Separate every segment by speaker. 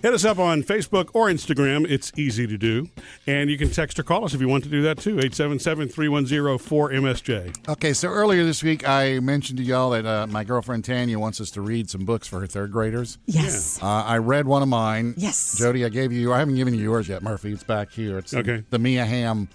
Speaker 1: Hit us up on Facebook or Instagram. It's easy to do. And you can text or call us if you want to do that too. 877 310 4MSJ.
Speaker 2: Okay, so earlier this week I mentioned to y'all that uh, my girlfriend Tanya wants us to read some books for her third graders.
Speaker 3: Yes.
Speaker 2: Uh, I read one of mine.
Speaker 3: Yes.
Speaker 2: Jody, I gave you. I haven't given you yours yet, Murphy. It's back here. It's the-
Speaker 1: Okay.
Speaker 2: the Mia Hamm.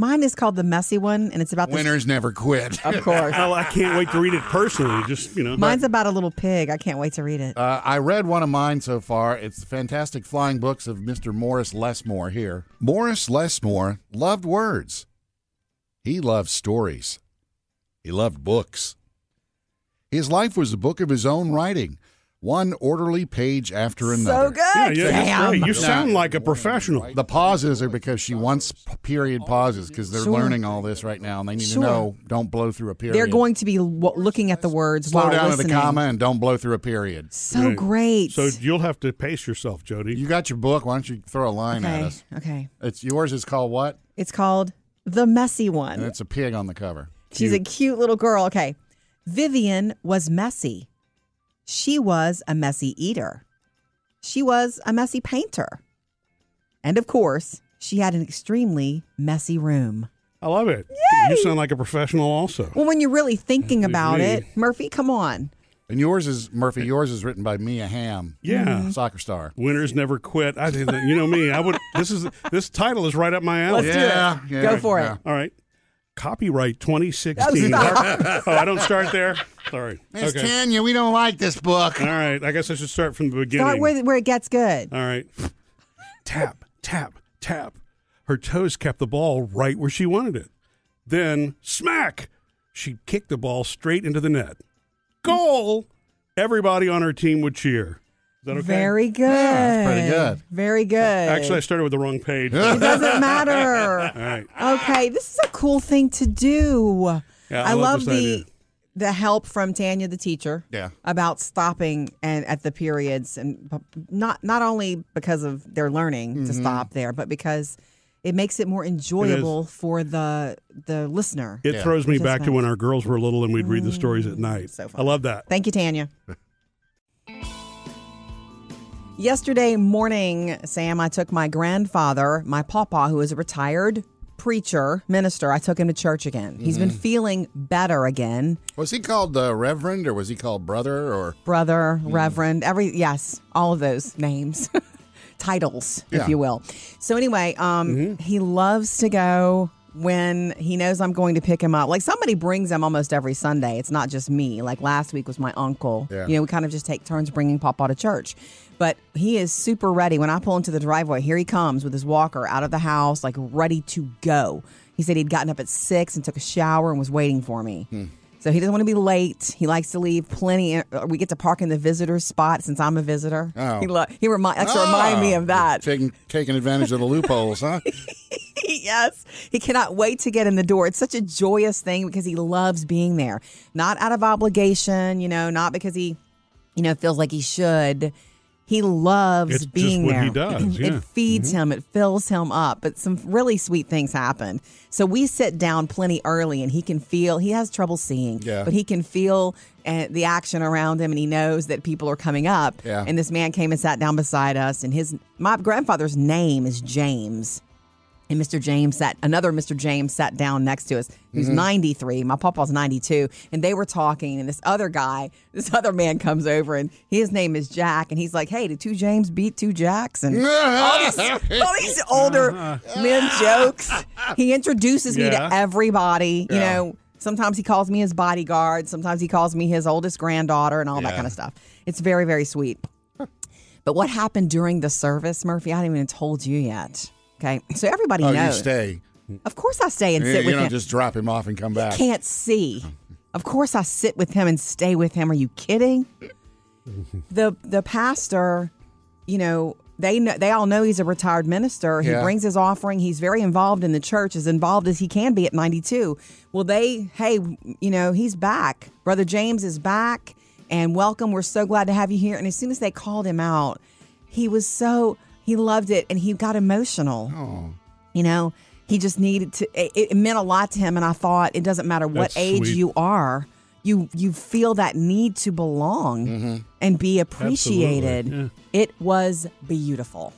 Speaker 3: Mine is called the messy one, and it's about this.
Speaker 2: Winners never quit.
Speaker 3: Of course.
Speaker 1: Oh, I can't wait to read it personally. Just, you know.
Speaker 3: Mine's about a little pig. I can't wait to read it.
Speaker 2: Uh, I read one of mine so far. It's the Fantastic Flying Books of Mr. Morris Lesmore here. Morris Lesmore loved words. He loved stories. He loved books. His life was a book of his own writing, one orderly page after another.
Speaker 3: so good.
Speaker 1: yeah, yeah, that's
Speaker 3: Damn.
Speaker 1: great. You
Speaker 2: Now-
Speaker 1: sound like a professional.
Speaker 2: The pauses are because she wants p- period pauses because they're
Speaker 3: Sure.
Speaker 2: learning all this right now and they need
Speaker 3: Sure.
Speaker 2: to know don't blow through a period.
Speaker 3: They're going to be w- looking at the words
Speaker 2: slow
Speaker 3: while
Speaker 2: down
Speaker 3: listening.
Speaker 2: at the comma and don't blow through a period.
Speaker 3: So
Speaker 1: Right.
Speaker 3: great.
Speaker 1: So you'll have to pace yourself, Jody.
Speaker 2: You got your book. Why don't you throw a line at
Speaker 3: okay.
Speaker 2: us?
Speaker 3: Okay.
Speaker 2: It's yours is called what?
Speaker 3: It's called the messy one.
Speaker 2: And it's a pig on the cover.
Speaker 3: She's a cute little girl. Okay. Vivian was messy. She was a messy eater. She was a messy painter. And of course, she had an extremely messy room.
Speaker 1: I love it. You sound like a professional also.
Speaker 3: Well, when you're really thinking about
Speaker 1: me.
Speaker 3: it, Murphy, come on.
Speaker 2: And yours is Murphy. Yours is written by Mia Hamm.
Speaker 1: Yeah.
Speaker 3: Mm-hmm.
Speaker 2: soccer star.
Speaker 1: Winners never quit. I think that, you know me. I would. This is this title is right up my alley.
Speaker 3: Let's do it.
Speaker 2: Yeah, yeah,
Speaker 3: Go for
Speaker 2: yeah.
Speaker 3: it.
Speaker 1: All right. Copyright 2016.
Speaker 3: Oh,
Speaker 1: oh, I don't start there. Sorry.
Speaker 2: Miss
Speaker 1: Okay.
Speaker 2: Tanya, we don't like this book.
Speaker 1: All right. I guess I should start from the beginning.
Speaker 3: Start where, where it gets good.
Speaker 1: All right. tap, tap, tap. Her toes kept the ball right where she wanted it. Then, smack! She kicked the ball straight into the net. Goal! Everybody on her team would cheer. Is that okay?
Speaker 3: Very good.
Speaker 2: Yeah, that's pretty good.
Speaker 3: Very good.
Speaker 1: Actually, I started with the wrong page.
Speaker 3: it doesn't matter.
Speaker 1: All right.
Speaker 3: Okay, this is a cool thing to do.
Speaker 1: Yeah, I
Speaker 3: I,
Speaker 1: love
Speaker 3: love,
Speaker 1: this
Speaker 3: the
Speaker 1: idea.
Speaker 3: the help from Tanya, the teacher.
Speaker 2: Yeah.
Speaker 3: about stopping and at the periods, and p- not not only because of their learning to
Speaker 1: Mm-hmm.
Speaker 3: stop there, but because it makes it more enjoyable for the the listener.
Speaker 1: It
Speaker 2: Yeah.
Speaker 1: throws me
Speaker 3: Just
Speaker 1: back to
Speaker 3: nice.
Speaker 1: when our girls were little and we'd read the stories at night.
Speaker 3: so fun.
Speaker 1: I love that.
Speaker 3: Thank you, Tanya. Yesterday morning, Sam, I took my grandfather, my papa, who is a retired preacher, minister, I took him to church again. He's been feeling better again.
Speaker 2: Was he called uh, Reverend or was he called Brother or
Speaker 3: Brother, Reverend, every, yes, all of those names, titles,
Speaker 2: Yeah.
Speaker 3: if you will. So, anyway, um,
Speaker 2: Mm-hmm.
Speaker 3: he loves to go when he knows I'm going to pick him up. Like somebody brings him almost every Sunday. It's not just me. Like last week was my uncle.
Speaker 2: Yeah.
Speaker 3: You know, we kind of just take turns bringing Papa to church. But he is super ready. When I pull into the driveway, here he comes with his walker out of the house, like ready to go. He said he'd gotten up at six and took a shower and was waiting for me.
Speaker 2: Hmm.
Speaker 3: So he doesn't want to be late. He likes to leave plenty. uh, We get to park in the visitor's spot since I'm a visitor.
Speaker 2: Oh.
Speaker 3: He, lo- he remi- likes to remind me
Speaker 2: Ah,
Speaker 3: of that.
Speaker 2: Taking taking advantage of the loopholes, huh?
Speaker 3: yes. He cannot wait to get in the door. It's such a joyous thing because he loves being there. Not out of obligation, you know, not because he, you know, feels like he should. He loves
Speaker 1: It's just
Speaker 3: being
Speaker 1: what
Speaker 3: there.
Speaker 1: he does, yeah. Mm-hmm.
Speaker 3: It feeds him, it fills him up. But some really sweet things happen. So we sit down plenty early and he can feel he has trouble seeing,
Speaker 2: Yeah.
Speaker 3: but he can feel uh, the action around him and he knows that people are coming up.
Speaker 2: Yeah.
Speaker 3: And this man came and sat down beside us and his my grandfather's name is James. And Mr. James sat, another Mr. James sat down next to us, who's 93. My papa's 92. And they were talking. And this other guy, this other man comes over, and his name is Jack. And he's like, Hey, did two James beat two Jacks? And all these, all these older
Speaker 2: Uh-huh.
Speaker 3: men jokes. He introduces me
Speaker 1: Yeah.
Speaker 3: to everybody. You
Speaker 2: Yeah.
Speaker 3: know, sometimes he calls me his bodyguard, sometimes he calls me his oldest granddaughter, and all that
Speaker 2: Yeah.
Speaker 3: kind of stuff. It's very, very sweet. But what happened during the service, Murphy? I haven't even told you yet. Okay, so everybody
Speaker 2: oh, you
Speaker 3: knows.
Speaker 2: stay.
Speaker 3: Of course, I stay and
Speaker 2: You,
Speaker 3: sit
Speaker 2: you
Speaker 3: with
Speaker 2: don't
Speaker 3: him.
Speaker 2: just drop him off and come back.
Speaker 3: Can't see. Of course, I sit with him and stay with him. Are you kidding? the the pastor, you know, they know, they all know he's a retired minister. He
Speaker 2: Yeah.
Speaker 3: brings his offering. He's very involved in the church, as involved as he can be at ninety two. Well, they, hey, you know, he's back. Brother James is back, and welcome. We're so glad to have you here. And as soon as they called him out, he was so he loved it, and he got emotional. You know, he just needed to, it, it meant a lot to him. And I thought, it doesn't matter what
Speaker 1: That's
Speaker 3: age
Speaker 1: sweet.
Speaker 3: you are, you you feel that need to belong
Speaker 1: Mm-hmm.
Speaker 3: and be appreciated.
Speaker 1: Absolutely,
Speaker 3: It was beautiful.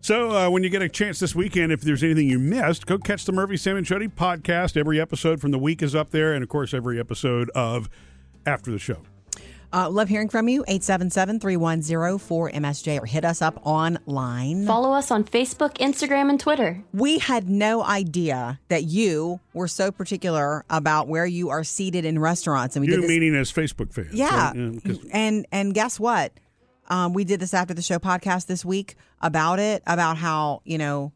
Speaker 1: So uh, when you get a chance this weekend, if there's anything you missed, go catch the Murphy Sam and Jody podcast. Every episode from the week is up there, and of course, every episode of after the show.
Speaker 3: Uh, love hearing from you. 877-310-4MSJ or hit us up online.
Speaker 4: Follow us on Facebook, Instagram, and Twitter.
Speaker 3: We had no idea that you were so particular about where you are seated in restaurants, and we
Speaker 1: You
Speaker 3: did this.
Speaker 1: meaning as Facebook fans?
Speaker 3: yeah,
Speaker 1: right? Yeah, 'cause-
Speaker 3: and and guess what? Um, we did this after the show podcast this week about it, about how you know,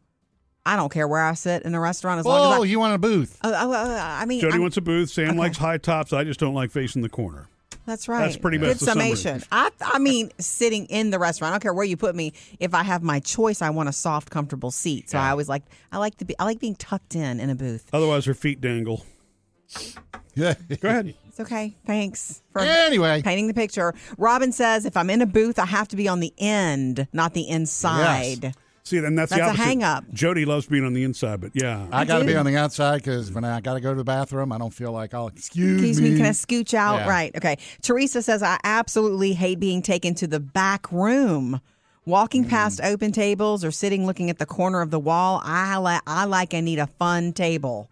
Speaker 3: I don't care where I sit in a restaurant as long as
Speaker 2: Oh,
Speaker 3: I.
Speaker 2: you want a booth?
Speaker 3: Oh, oh, oh, I mean,
Speaker 1: Jody
Speaker 3: I'm-
Speaker 1: wants a booth. Sam likes high tops. I just don't like facing the corner.
Speaker 3: that's right.
Speaker 1: that's pretty much
Speaker 3: good
Speaker 1: the summary.
Speaker 3: summation. I I mean, sitting in the restaurant. I don't care where you put me. If I have my choice, I want a soft, comfortable seat. So I always like I like to be I like being tucked in in a booth.
Speaker 1: Otherwise, her feet dangle.
Speaker 2: Yeah.
Speaker 1: Go ahead.
Speaker 3: It's okay. Thanks for
Speaker 2: anyway,
Speaker 3: painting the picture. Robin says, if I'm in a booth, I have to be on the end, not the inside.
Speaker 1: See, then that's, the
Speaker 3: That's a
Speaker 1: opposite.
Speaker 3: hang-up.
Speaker 1: Jody loves being on the inside, but yeah,
Speaker 2: I got to be
Speaker 3: do.
Speaker 2: on the outside because when I got to go to the bathroom, I don't feel like I'll excuse,
Speaker 3: Excuse
Speaker 2: me.
Speaker 3: me, can I scooch out?
Speaker 2: Mm-hmm. Yeah.
Speaker 3: Right. Okay. Teresa says, I absolutely hate being taken to the back
Speaker 2: Mm.
Speaker 3: room. Walking past open tables or sitting looking at the corner of the wall, I, li- I like and need a fun table.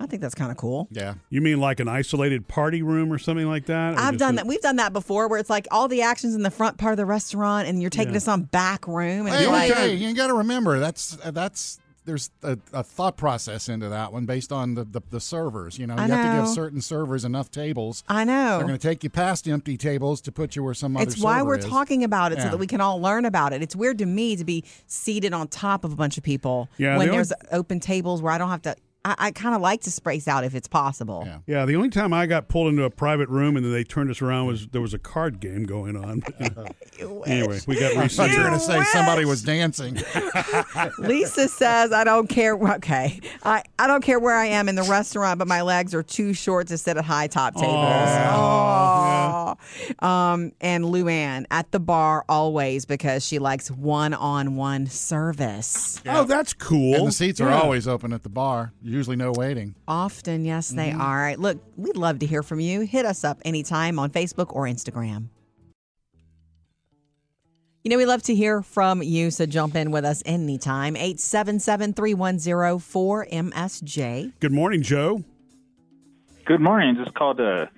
Speaker 3: I think that's kind of cool.
Speaker 2: yeah.
Speaker 1: you mean like an isolated party room or something like that? Or
Speaker 3: I've
Speaker 1: just
Speaker 3: done
Speaker 1: a-
Speaker 3: that. We've done that before where it's like all the actions in the front part of the restaurant and you're taking us on back room. And
Speaker 2: Hey,
Speaker 3: it's like,
Speaker 2: hey, you got to remember that's uh, that's there's a, a thought process into that one based on the the, the servers. You know, you
Speaker 3: I
Speaker 2: have to give
Speaker 3: know.
Speaker 2: certain servers enough tables.
Speaker 3: I know.
Speaker 2: They're going to take you past empty tables to put you where some other.
Speaker 3: It's why
Speaker 2: server
Speaker 3: we're
Speaker 2: is.
Speaker 3: talking about it so
Speaker 2: Yeah.
Speaker 3: that we can all learn about it. It's weird to me to be seated on top of a bunch of people
Speaker 1: Yeah,
Speaker 3: when
Speaker 1: the
Speaker 3: there's open tables where I don't have to. I, I kind of like to space out if it's possible.
Speaker 2: Yeah.
Speaker 1: Yeah, the only time I got pulled into a private room and then they turned us around was there was a card game going on. anyway, we got
Speaker 2: I thought you
Speaker 1: researched.
Speaker 2: were going to say
Speaker 3: You
Speaker 2: somebody
Speaker 3: wish.
Speaker 2: was dancing.
Speaker 3: Lisa says, "I don't care. Okay, I, I don't care where I am in the restaurant, but my legs are too short to sit at high top tables." Aw. Um, and Luann at the bar always because she likes one on one service.
Speaker 1: Oh, that's cool.
Speaker 2: And the seats are
Speaker 1: Yeah.
Speaker 2: always open at the bar. Usually no waiting.
Speaker 3: Often, yes, they are. Look, we'd love to hear from you. Hit us up anytime on Facebook or Instagram. You know, we love to hear from you, so jump in with us anytime. 877 310 4MSJ.
Speaker 1: Good morning, Joe.
Speaker 5: Good morning. Just called to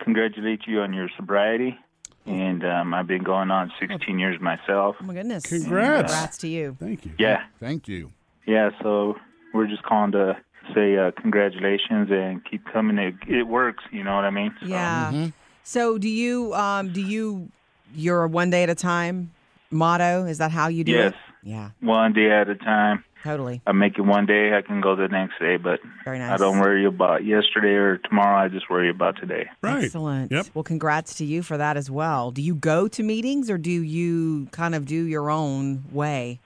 Speaker 5: congratulate you on your sobriety. And um, I've been going on 16 years myself.
Speaker 3: Oh, my goodness.
Speaker 1: Congrats.
Speaker 3: Congrats to you.
Speaker 1: Thank you.
Speaker 5: Yeah,
Speaker 2: Thank you.
Speaker 5: yeah. So we're just calling to say uh, congratulations and keep coming. It, it works. You know what I mean? So-
Speaker 3: Yeah. So, do you, um, do you, you're a one day at a time motto? Is that how you do
Speaker 5: Yes.
Speaker 3: it? Yeah,
Speaker 5: One day at a time.
Speaker 3: totally.
Speaker 5: I make it one day. I can go the next day, but
Speaker 3: Very nice.
Speaker 5: I don't worry about yesterday or tomorrow. I just worry about today.
Speaker 1: Right.
Speaker 3: Excellent.
Speaker 1: Yep.
Speaker 3: Well, congrats to you for that as well. Do you go to meetings or do you kind of do your own way?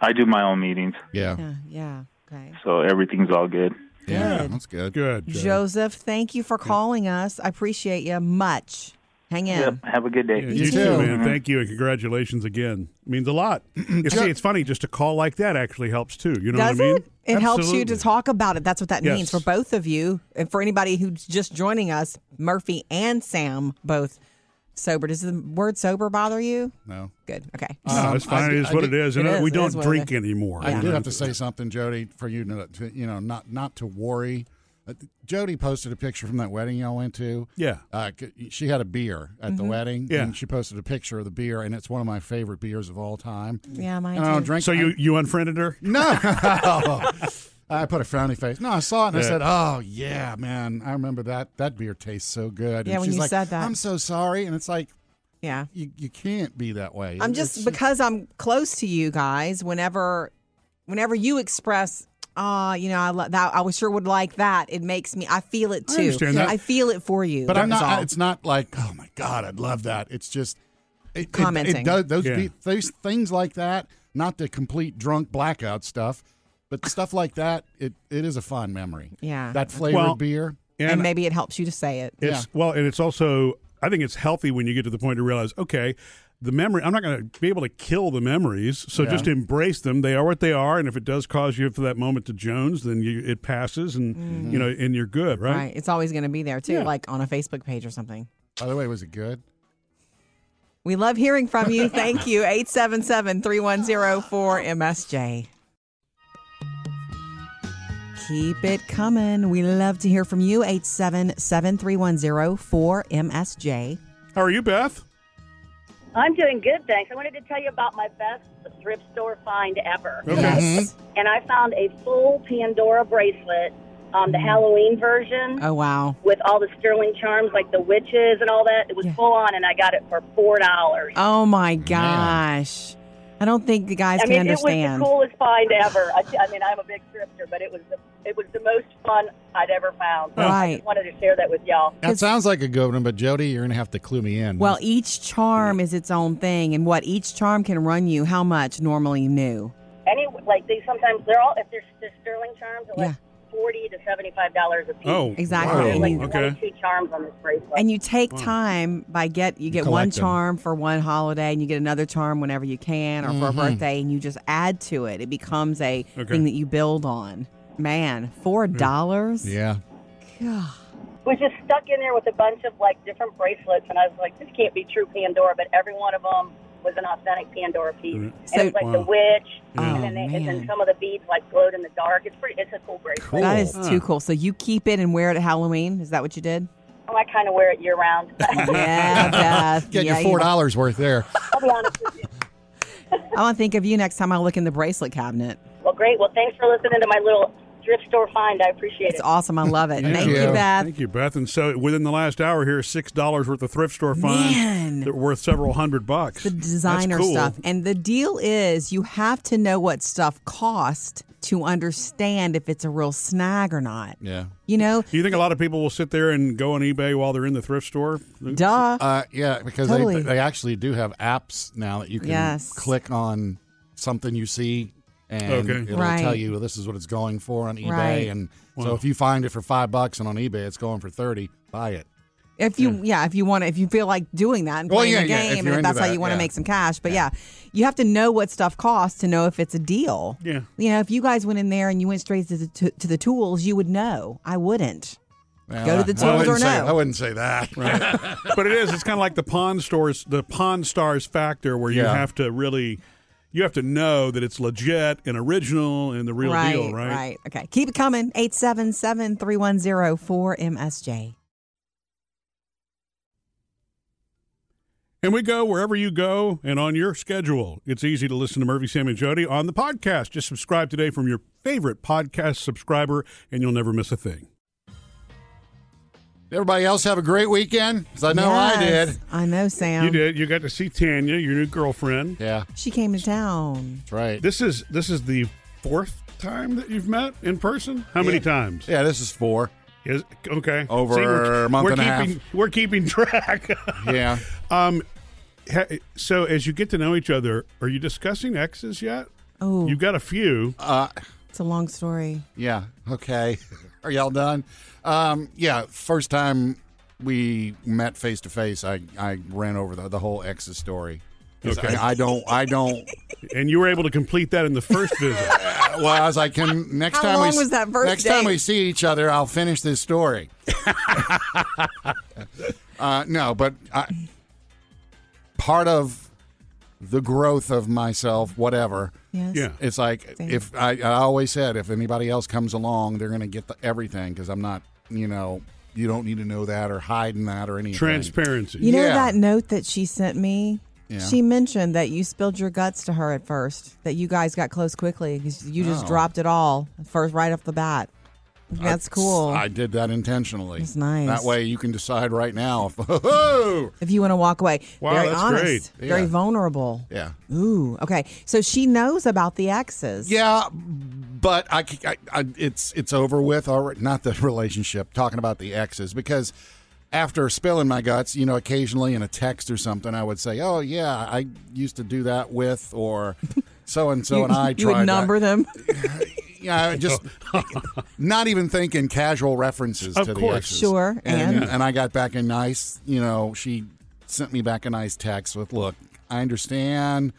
Speaker 5: I do my own meetings,
Speaker 2: Yeah.
Speaker 3: Yeah. Yeah. Okay.
Speaker 5: so everything's all good.
Speaker 2: Yeah.
Speaker 1: Good.
Speaker 2: That's good.
Speaker 1: Good. Joe.
Speaker 3: Joseph, thank you for calling us. I appreciate you much. Hang in.
Speaker 5: Yep. Have a good day.
Speaker 1: Yeah,
Speaker 2: You too.
Speaker 1: man. Thank you, and congratulations again. means a lot. you see, it's funny. Just a call like that actually helps too. You know
Speaker 3: Does
Speaker 1: what I mean?
Speaker 3: it? It helps you to
Speaker 1: Absolutely.
Speaker 3: talk about it. That's what that
Speaker 1: Yes.
Speaker 3: means for both of you. And for anybody who's just joining us, Murphy and Sam both sober. Does the word sober bother you?
Speaker 2: No.
Speaker 3: Good. Okay.
Speaker 1: No,
Speaker 2: Um,
Speaker 1: it's fine.
Speaker 2: I
Speaker 1: it is
Speaker 2: did-
Speaker 1: what
Speaker 2: I
Speaker 1: it is. And
Speaker 3: It is,
Speaker 1: we
Speaker 3: it
Speaker 1: don't
Speaker 3: is what it
Speaker 1: drink
Speaker 3: is.
Speaker 1: anymore.
Speaker 2: I
Speaker 1: you
Speaker 2: do
Speaker 1: know?
Speaker 2: have to say something, Jody, for you to, to you know not not to worry. Uh, Jody posted a picture from that wedding y'all went to.
Speaker 1: Yeah.
Speaker 2: Uh, c- she had a beer at
Speaker 3: Mm-hmm.
Speaker 2: the wedding.
Speaker 1: Yeah.
Speaker 2: and she posted a picture of the beer, and it's one of my favorite beers of all time.
Speaker 3: Yeah, mine
Speaker 2: And I don't
Speaker 3: too.
Speaker 2: drink.
Speaker 1: So you you unfriended her?
Speaker 2: No. I put a frowny face. No, I saw it and I
Speaker 1: Yeah.
Speaker 2: said, "Oh yeah, man, I remember that. That beer tastes so good."
Speaker 3: Yeah,
Speaker 2: and
Speaker 3: when
Speaker 2: she's
Speaker 3: you
Speaker 2: like,
Speaker 3: said that.
Speaker 2: I'm so sorry, and it's like
Speaker 3: yeah.
Speaker 2: you, you can't be that way.
Speaker 3: I'm
Speaker 2: It's
Speaker 3: just because I'm close to you guys. Whenever, whenever you express, ah, you know, I lo- that I was sure would like that. It makes me. I feel it too.
Speaker 1: understand that.
Speaker 3: I feel it for you.
Speaker 2: But I'm
Speaker 3: That's
Speaker 2: not.
Speaker 3: all.
Speaker 2: It's not like, oh my god, I'd love that. It's just it- it, It,
Speaker 3: Commenting.
Speaker 2: does, those
Speaker 1: Yeah.
Speaker 2: be, those things like that. Not the complete drunk blackout stuff, but stuff like that. It it is a fond memory.
Speaker 3: Yeah.
Speaker 2: That flavored
Speaker 1: Well,
Speaker 2: beer.
Speaker 3: and maybe it helps you to say it.
Speaker 1: It's well, and it's also I think it's healthy when you get to the point to realize, okay, the memory, I'm not going to be able to kill the memories. So just embrace them. They are what they are. And if it does cause you for that moment to Jones, then you, it passes and, you know, and you're good, right?
Speaker 3: Mm-hmm. Right. It's always going to be there too, like on a Facebook page or something.
Speaker 2: By the way, was it good?
Speaker 3: We love hearing from you. Thank you. 877 3104 MSJ. Keep it coming. We love to hear from you. 877 3104 MSJ.
Speaker 1: How are you, Beth?
Speaker 6: I'm doing good, thanks. I wanted to tell you about my best thrift store find ever.
Speaker 1: Okay.
Speaker 2: Mm-hmm.
Speaker 3: Yes.
Speaker 6: And I found a full Pandora bracelet, um, the Halloween version,
Speaker 3: Oh, wow.
Speaker 6: with all the sterling charms, like the witches and all that. It was
Speaker 3: Yeah.
Speaker 6: full on, and I got it for $4.
Speaker 3: Oh, my gosh. I don't think the guys
Speaker 6: I mean,
Speaker 3: can
Speaker 6: it was
Speaker 3: understand.
Speaker 6: the coolest find ever. I, I mean, I'm a big thrifter, but it was the, it was the most fun I'd ever found. I
Speaker 3: Right.
Speaker 6: just wanted to share that with y'all.
Speaker 2: That sounds like a good one, but Jody, you're gonna have to clue me in.
Speaker 3: Well, each charm is its own thing, and what each charm can run you, how much normally new?
Speaker 6: Any like they sometimes they're all if they're, they're sterling charms, they're like forty to seventy five dollars a piece.
Speaker 1: Oh,
Speaker 3: Exactly.
Speaker 1: wow.
Speaker 6: There's like
Speaker 1: Okay.
Speaker 6: 22 charms on this bracelet.
Speaker 3: And you take time by get you get one
Speaker 2: Hmm. collect 'em.
Speaker 3: charm for one holiday, and you get another charm whenever you can, or for a
Speaker 2: Mm-hmm.
Speaker 3: birthday, and you just add to it. It becomes a
Speaker 1: Okay.
Speaker 3: thing that you build on. Man, four dollars.
Speaker 2: Hmm. yeah.
Speaker 3: God.
Speaker 6: was just stuck in there with a bunch of like different bracelets, and I was like, this can't be true Pandora, but every one of them was an authentic Pandora piece.
Speaker 1: Mm.
Speaker 6: and it was like the witch,
Speaker 3: Oh,
Speaker 6: and, then they, and
Speaker 3: man.
Speaker 6: then some of the beads like glowed in the dark. It's pretty. It's a cool bracelet.
Speaker 2: Cool.
Speaker 3: That is
Speaker 1: Cool.
Speaker 3: too cool. So you keep it and wear it at Halloween. Is that what you did?
Speaker 6: Oh, I kind of wear it year round.
Speaker 3: Yeah, Beth.
Speaker 2: Get
Speaker 3: yeah,
Speaker 2: your four dollars worth there.
Speaker 6: I'll be honest with you.
Speaker 3: I want to think of you next time I look in the bracelet cabinet.
Speaker 6: Well, great. Well, thanks for listening to my little thrift store find. I appreciate
Speaker 3: It's
Speaker 6: it.
Speaker 3: awesome. I love it. Thank
Speaker 2: you.
Speaker 3: you, Beth.
Speaker 1: Thank you, Beth. And so within the last hour here, six dollars worth of thrift store finds
Speaker 3: Man.
Speaker 1: that were worth several hundred bucks.
Speaker 3: the designer
Speaker 1: That's cool.
Speaker 3: stuff. And the deal is you have to know what stuff cost to understand if it's a real snag or not.
Speaker 2: Yeah.
Speaker 3: You know,
Speaker 1: Do you think a lot of people will sit there and go on eBay while they're in the thrift store?
Speaker 3: duh.
Speaker 2: Uh, yeah, because
Speaker 3: Totally.
Speaker 2: they, they actually do have apps now that you can
Speaker 3: Yes.
Speaker 2: click on something you see and
Speaker 1: Okay.
Speaker 2: it'll
Speaker 3: Right.
Speaker 2: tell you this is what it's going for on eBay.
Speaker 3: Right.
Speaker 2: And so if you find it for five bucks and on eBay it's going for 30, buy it.
Speaker 3: If you, yeah. if you want, to, if you feel like doing that and
Speaker 2: Well,
Speaker 3: playing
Speaker 2: yeah,
Speaker 3: the
Speaker 2: yeah, if you're
Speaker 3: game, and if
Speaker 2: into
Speaker 3: that's how
Speaker 2: that,
Speaker 3: you want to
Speaker 2: yeah.
Speaker 3: make some cash, but yeah. you have to know what stuff costs to know if it's a deal.
Speaker 1: Yeah.
Speaker 3: you know, if you guys went in there and you went straight to the to, to the tools, you would know. I wouldn't.
Speaker 2: Well,
Speaker 3: Go to
Speaker 2: I-
Speaker 3: the
Speaker 2: I
Speaker 3: tools or
Speaker 2: wouldn't say-
Speaker 3: no.
Speaker 2: I wouldn't say that.
Speaker 1: but it is. It's kind of like the pawn stores, the pawn stars factor, where you
Speaker 2: Yeah.
Speaker 1: have to really, you have to know that it's legit and original and the real
Speaker 3: right,
Speaker 1: deal, right?
Speaker 3: Right. Okay. Keep it coming. 877 310 4MSJ.
Speaker 1: And we go wherever you go and on your schedule. It's easy to listen to Murphy, Sam, and Jody on the podcast. Just subscribe today from your favorite podcast subscriber, and you'll never miss a thing.
Speaker 2: Everybody else have a great weekend? Because I know I did.
Speaker 3: I know, Sam.
Speaker 1: you did. You got to see Tanya, your new girlfriend.
Speaker 2: Yeah,
Speaker 3: She came to town.
Speaker 2: that's right.
Speaker 1: This is this is the fourth time that you've met in person. How many
Speaker 2: Yeah.
Speaker 1: times?
Speaker 2: yeah, this is four.
Speaker 1: Is, okay.
Speaker 2: Over a month and a half.
Speaker 1: keeping, We're keeping track.
Speaker 2: Yeah.
Speaker 1: um, ha- so as you get to know each other, are you discussing exes yet?
Speaker 3: Oh,
Speaker 1: You've got a few.
Speaker 2: Uh,
Speaker 3: it's a long story.
Speaker 2: Yeah. Okay. Are y'all done? Um, yeah. First time we met face to face, I I ran over the, the whole exes story. 'Cause
Speaker 1: Okay.
Speaker 2: I, I don't. I don't.
Speaker 1: and you were able to complete that in the first visit.
Speaker 2: Well, I was like, can next
Speaker 3: How
Speaker 2: time we
Speaker 3: long
Speaker 2: s-
Speaker 3: was that first
Speaker 2: next time
Speaker 3: date?
Speaker 2: we see each other, I'll finish this story. uh, no, but I, part of the growth of myself, whatever.
Speaker 3: Yes.
Speaker 1: Yeah.
Speaker 2: It's like if I, I always said, if anybody else comes along, they're going to get the, everything because I'm not, you know, you don't need to know that or hiding that or anything.
Speaker 1: Transparency.
Speaker 3: You know
Speaker 2: Yeah.
Speaker 3: that note that she sent me?
Speaker 2: Yeah.
Speaker 3: She mentioned that you spilled your guts to her at first, that you guys got close quickly 'cause you just
Speaker 2: Oh.
Speaker 3: dropped it all first right off the bat. That's cool.
Speaker 2: I did that intentionally.
Speaker 3: That's nice.
Speaker 2: That way you can decide right now. If,
Speaker 3: if you want to walk away,
Speaker 1: Wow,
Speaker 3: very
Speaker 1: that's
Speaker 3: honest,
Speaker 1: great.
Speaker 3: very
Speaker 2: Yeah.
Speaker 3: vulnerable.
Speaker 2: yeah.
Speaker 3: Ooh, okay. So she knows about the exes.
Speaker 2: Yeah, but I, c- I- I- it's it's over with already. Not the relationship. Talking about the exes because after spilling my guts, you know, occasionally in a text or something, I would say, "Oh yeah, I used to do that with," or so and so
Speaker 3: you,
Speaker 2: and I
Speaker 3: you
Speaker 2: tried
Speaker 3: would
Speaker 2: that."
Speaker 3: number them.
Speaker 2: Yeah, I just not even thinking casual references
Speaker 1: Of
Speaker 2: to the
Speaker 1: course.
Speaker 2: exes.
Speaker 3: Sure,
Speaker 2: And,
Speaker 3: and?
Speaker 2: and I got back a nice, you know, she sent me back a nice text with, "Look, I understand."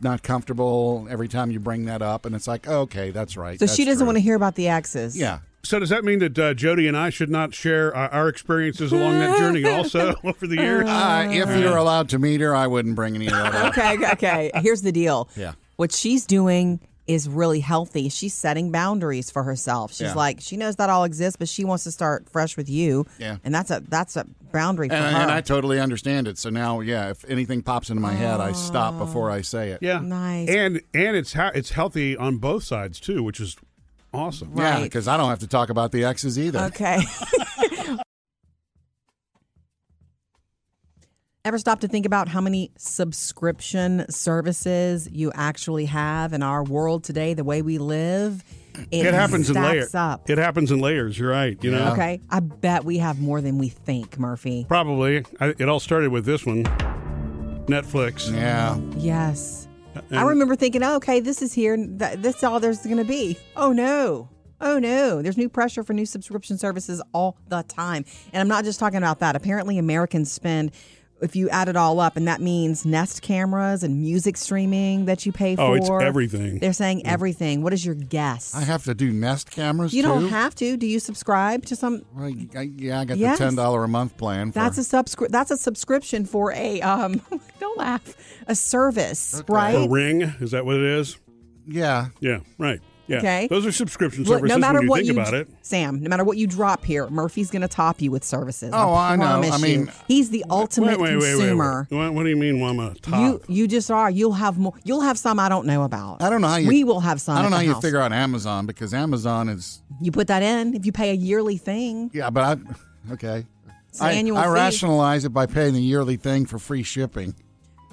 Speaker 2: Not comfortable every time you bring that up, and it's like, okay, that's right.
Speaker 3: So she
Speaker 2: that's
Speaker 3: doesn't
Speaker 2: true.
Speaker 3: want to hear about the exes.
Speaker 2: Yeah,
Speaker 1: So does that mean that uh, Jody and I should not share uh, our experiences along that journey also over the
Speaker 3: Oh.
Speaker 1: years?
Speaker 2: uh, if you're allowed to meet her, I wouldn't bring any of that up.
Speaker 3: Okay. Okay. Here's the deal.
Speaker 2: Yeah.
Speaker 3: What she's doing is really healthy. She's setting boundaries for herself. She's
Speaker 2: Yeah.
Speaker 3: like, she knows that all exists, but she wants to start fresh with you.
Speaker 2: Yeah.
Speaker 3: And that's a that's a boundary for
Speaker 2: And,
Speaker 3: her.
Speaker 2: and I totally understand it. So now, yeah, if anything pops into my head, I stop
Speaker 3: Oh.
Speaker 2: before I say it.
Speaker 1: Yeah,
Speaker 3: Nice.
Speaker 1: And and it's ha- it's healthy on both sides too, which is awesome.
Speaker 2: Yeah,
Speaker 3: Right.
Speaker 2: because I don't have to talk about the exes either.
Speaker 3: Okay. Ever stop to think about how many subscription services you actually have in our world today, the way we live?
Speaker 1: It, happens in layers.
Speaker 3: stacks up.
Speaker 1: It happens in layers. You're right. You know,
Speaker 3: okay. I bet we have more than we think, Murphy.
Speaker 1: probably I, it all started with this one, Netflix.
Speaker 2: Yeah.
Speaker 3: Yes. I remember thinking, oh, okay, this is here. and Th- that's all there's going to be. Oh, no. Oh, no. There's new pressure for new subscription services all the time. And I'm not just talking about that. Apparently, Americans spend, if you add it all up, and that means Nest cameras and music streaming that you pay
Speaker 1: Oh,
Speaker 3: for.
Speaker 1: it's everything.
Speaker 3: They're saying everything. What is your guess?
Speaker 2: I have to do Nest cameras
Speaker 3: you don't
Speaker 2: too?
Speaker 3: have to. Do you subscribe to some?
Speaker 2: Well, I, yeah, I got
Speaker 3: Yes.
Speaker 2: the $10 a month plan. For,
Speaker 3: That's a subscri- That's a subscription for a um. Don't laugh. A service, right?
Speaker 1: Or Ring is that what it is?
Speaker 2: Yeah.
Speaker 1: Yeah. Right. Yeah.
Speaker 3: Okay.
Speaker 1: Those are subscription
Speaker 3: Look,
Speaker 1: services.
Speaker 3: no matter
Speaker 1: when you
Speaker 3: what
Speaker 1: think
Speaker 3: you
Speaker 1: about it.
Speaker 3: Sam, no matter what you drop here, Murphy's going to top you with services.
Speaker 2: Oh, I know.
Speaker 3: promise
Speaker 2: I
Speaker 3: you.
Speaker 2: mean-
Speaker 3: he's the ultimate
Speaker 1: wait, wait, wait, wait,
Speaker 3: consumer.
Speaker 1: wait. What, what do you mean? Well, I'm a top.
Speaker 3: You you just are. You'll have more. You'll have some I don't know about.
Speaker 2: I don't know how you.
Speaker 3: We will have some.
Speaker 2: I
Speaker 3: at
Speaker 2: don't know
Speaker 3: the
Speaker 2: how you
Speaker 3: house.
Speaker 2: figure out Amazon because Amazon is.
Speaker 3: You put that in if you pay a yearly thing.
Speaker 2: Yeah, but I. Okay.
Speaker 3: an
Speaker 2: I,
Speaker 3: annual
Speaker 2: I
Speaker 3: fee.
Speaker 2: rationalize it by paying the yearly thing for free shipping.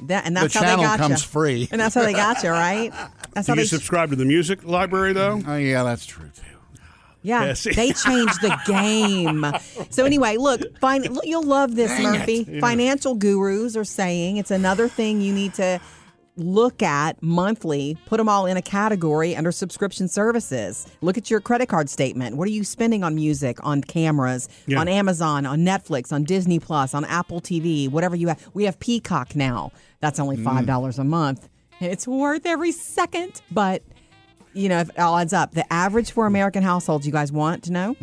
Speaker 3: That and
Speaker 2: The
Speaker 3: that's how they
Speaker 2: channel
Speaker 3: got
Speaker 2: comes
Speaker 3: you.
Speaker 2: free.
Speaker 3: And that's how they got you, right? That's
Speaker 1: do
Speaker 3: how
Speaker 1: you
Speaker 3: they.
Speaker 1: subscribe to the music library though?
Speaker 2: Oh, yeah, that's true too.
Speaker 3: yeah,
Speaker 1: Yes.
Speaker 3: they changed the game. So anyway, look, fin- look you'll love this, Murphy. Financial gurus are saying it's another thing you need to look at monthly, put them all in a category under subscription services. Look at your credit card statement. What are you spending on music, on cameras,
Speaker 1: Yeah.
Speaker 3: on Amazon, on Netflix, on Disney Plus, on Apple TV, whatever you have. We have Peacock now. That's only
Speaker 1: Mm.
Speaker 3: $5 a month, and it's worth every second. But, you know, if it all adds up, the average for American households, you guys want to know?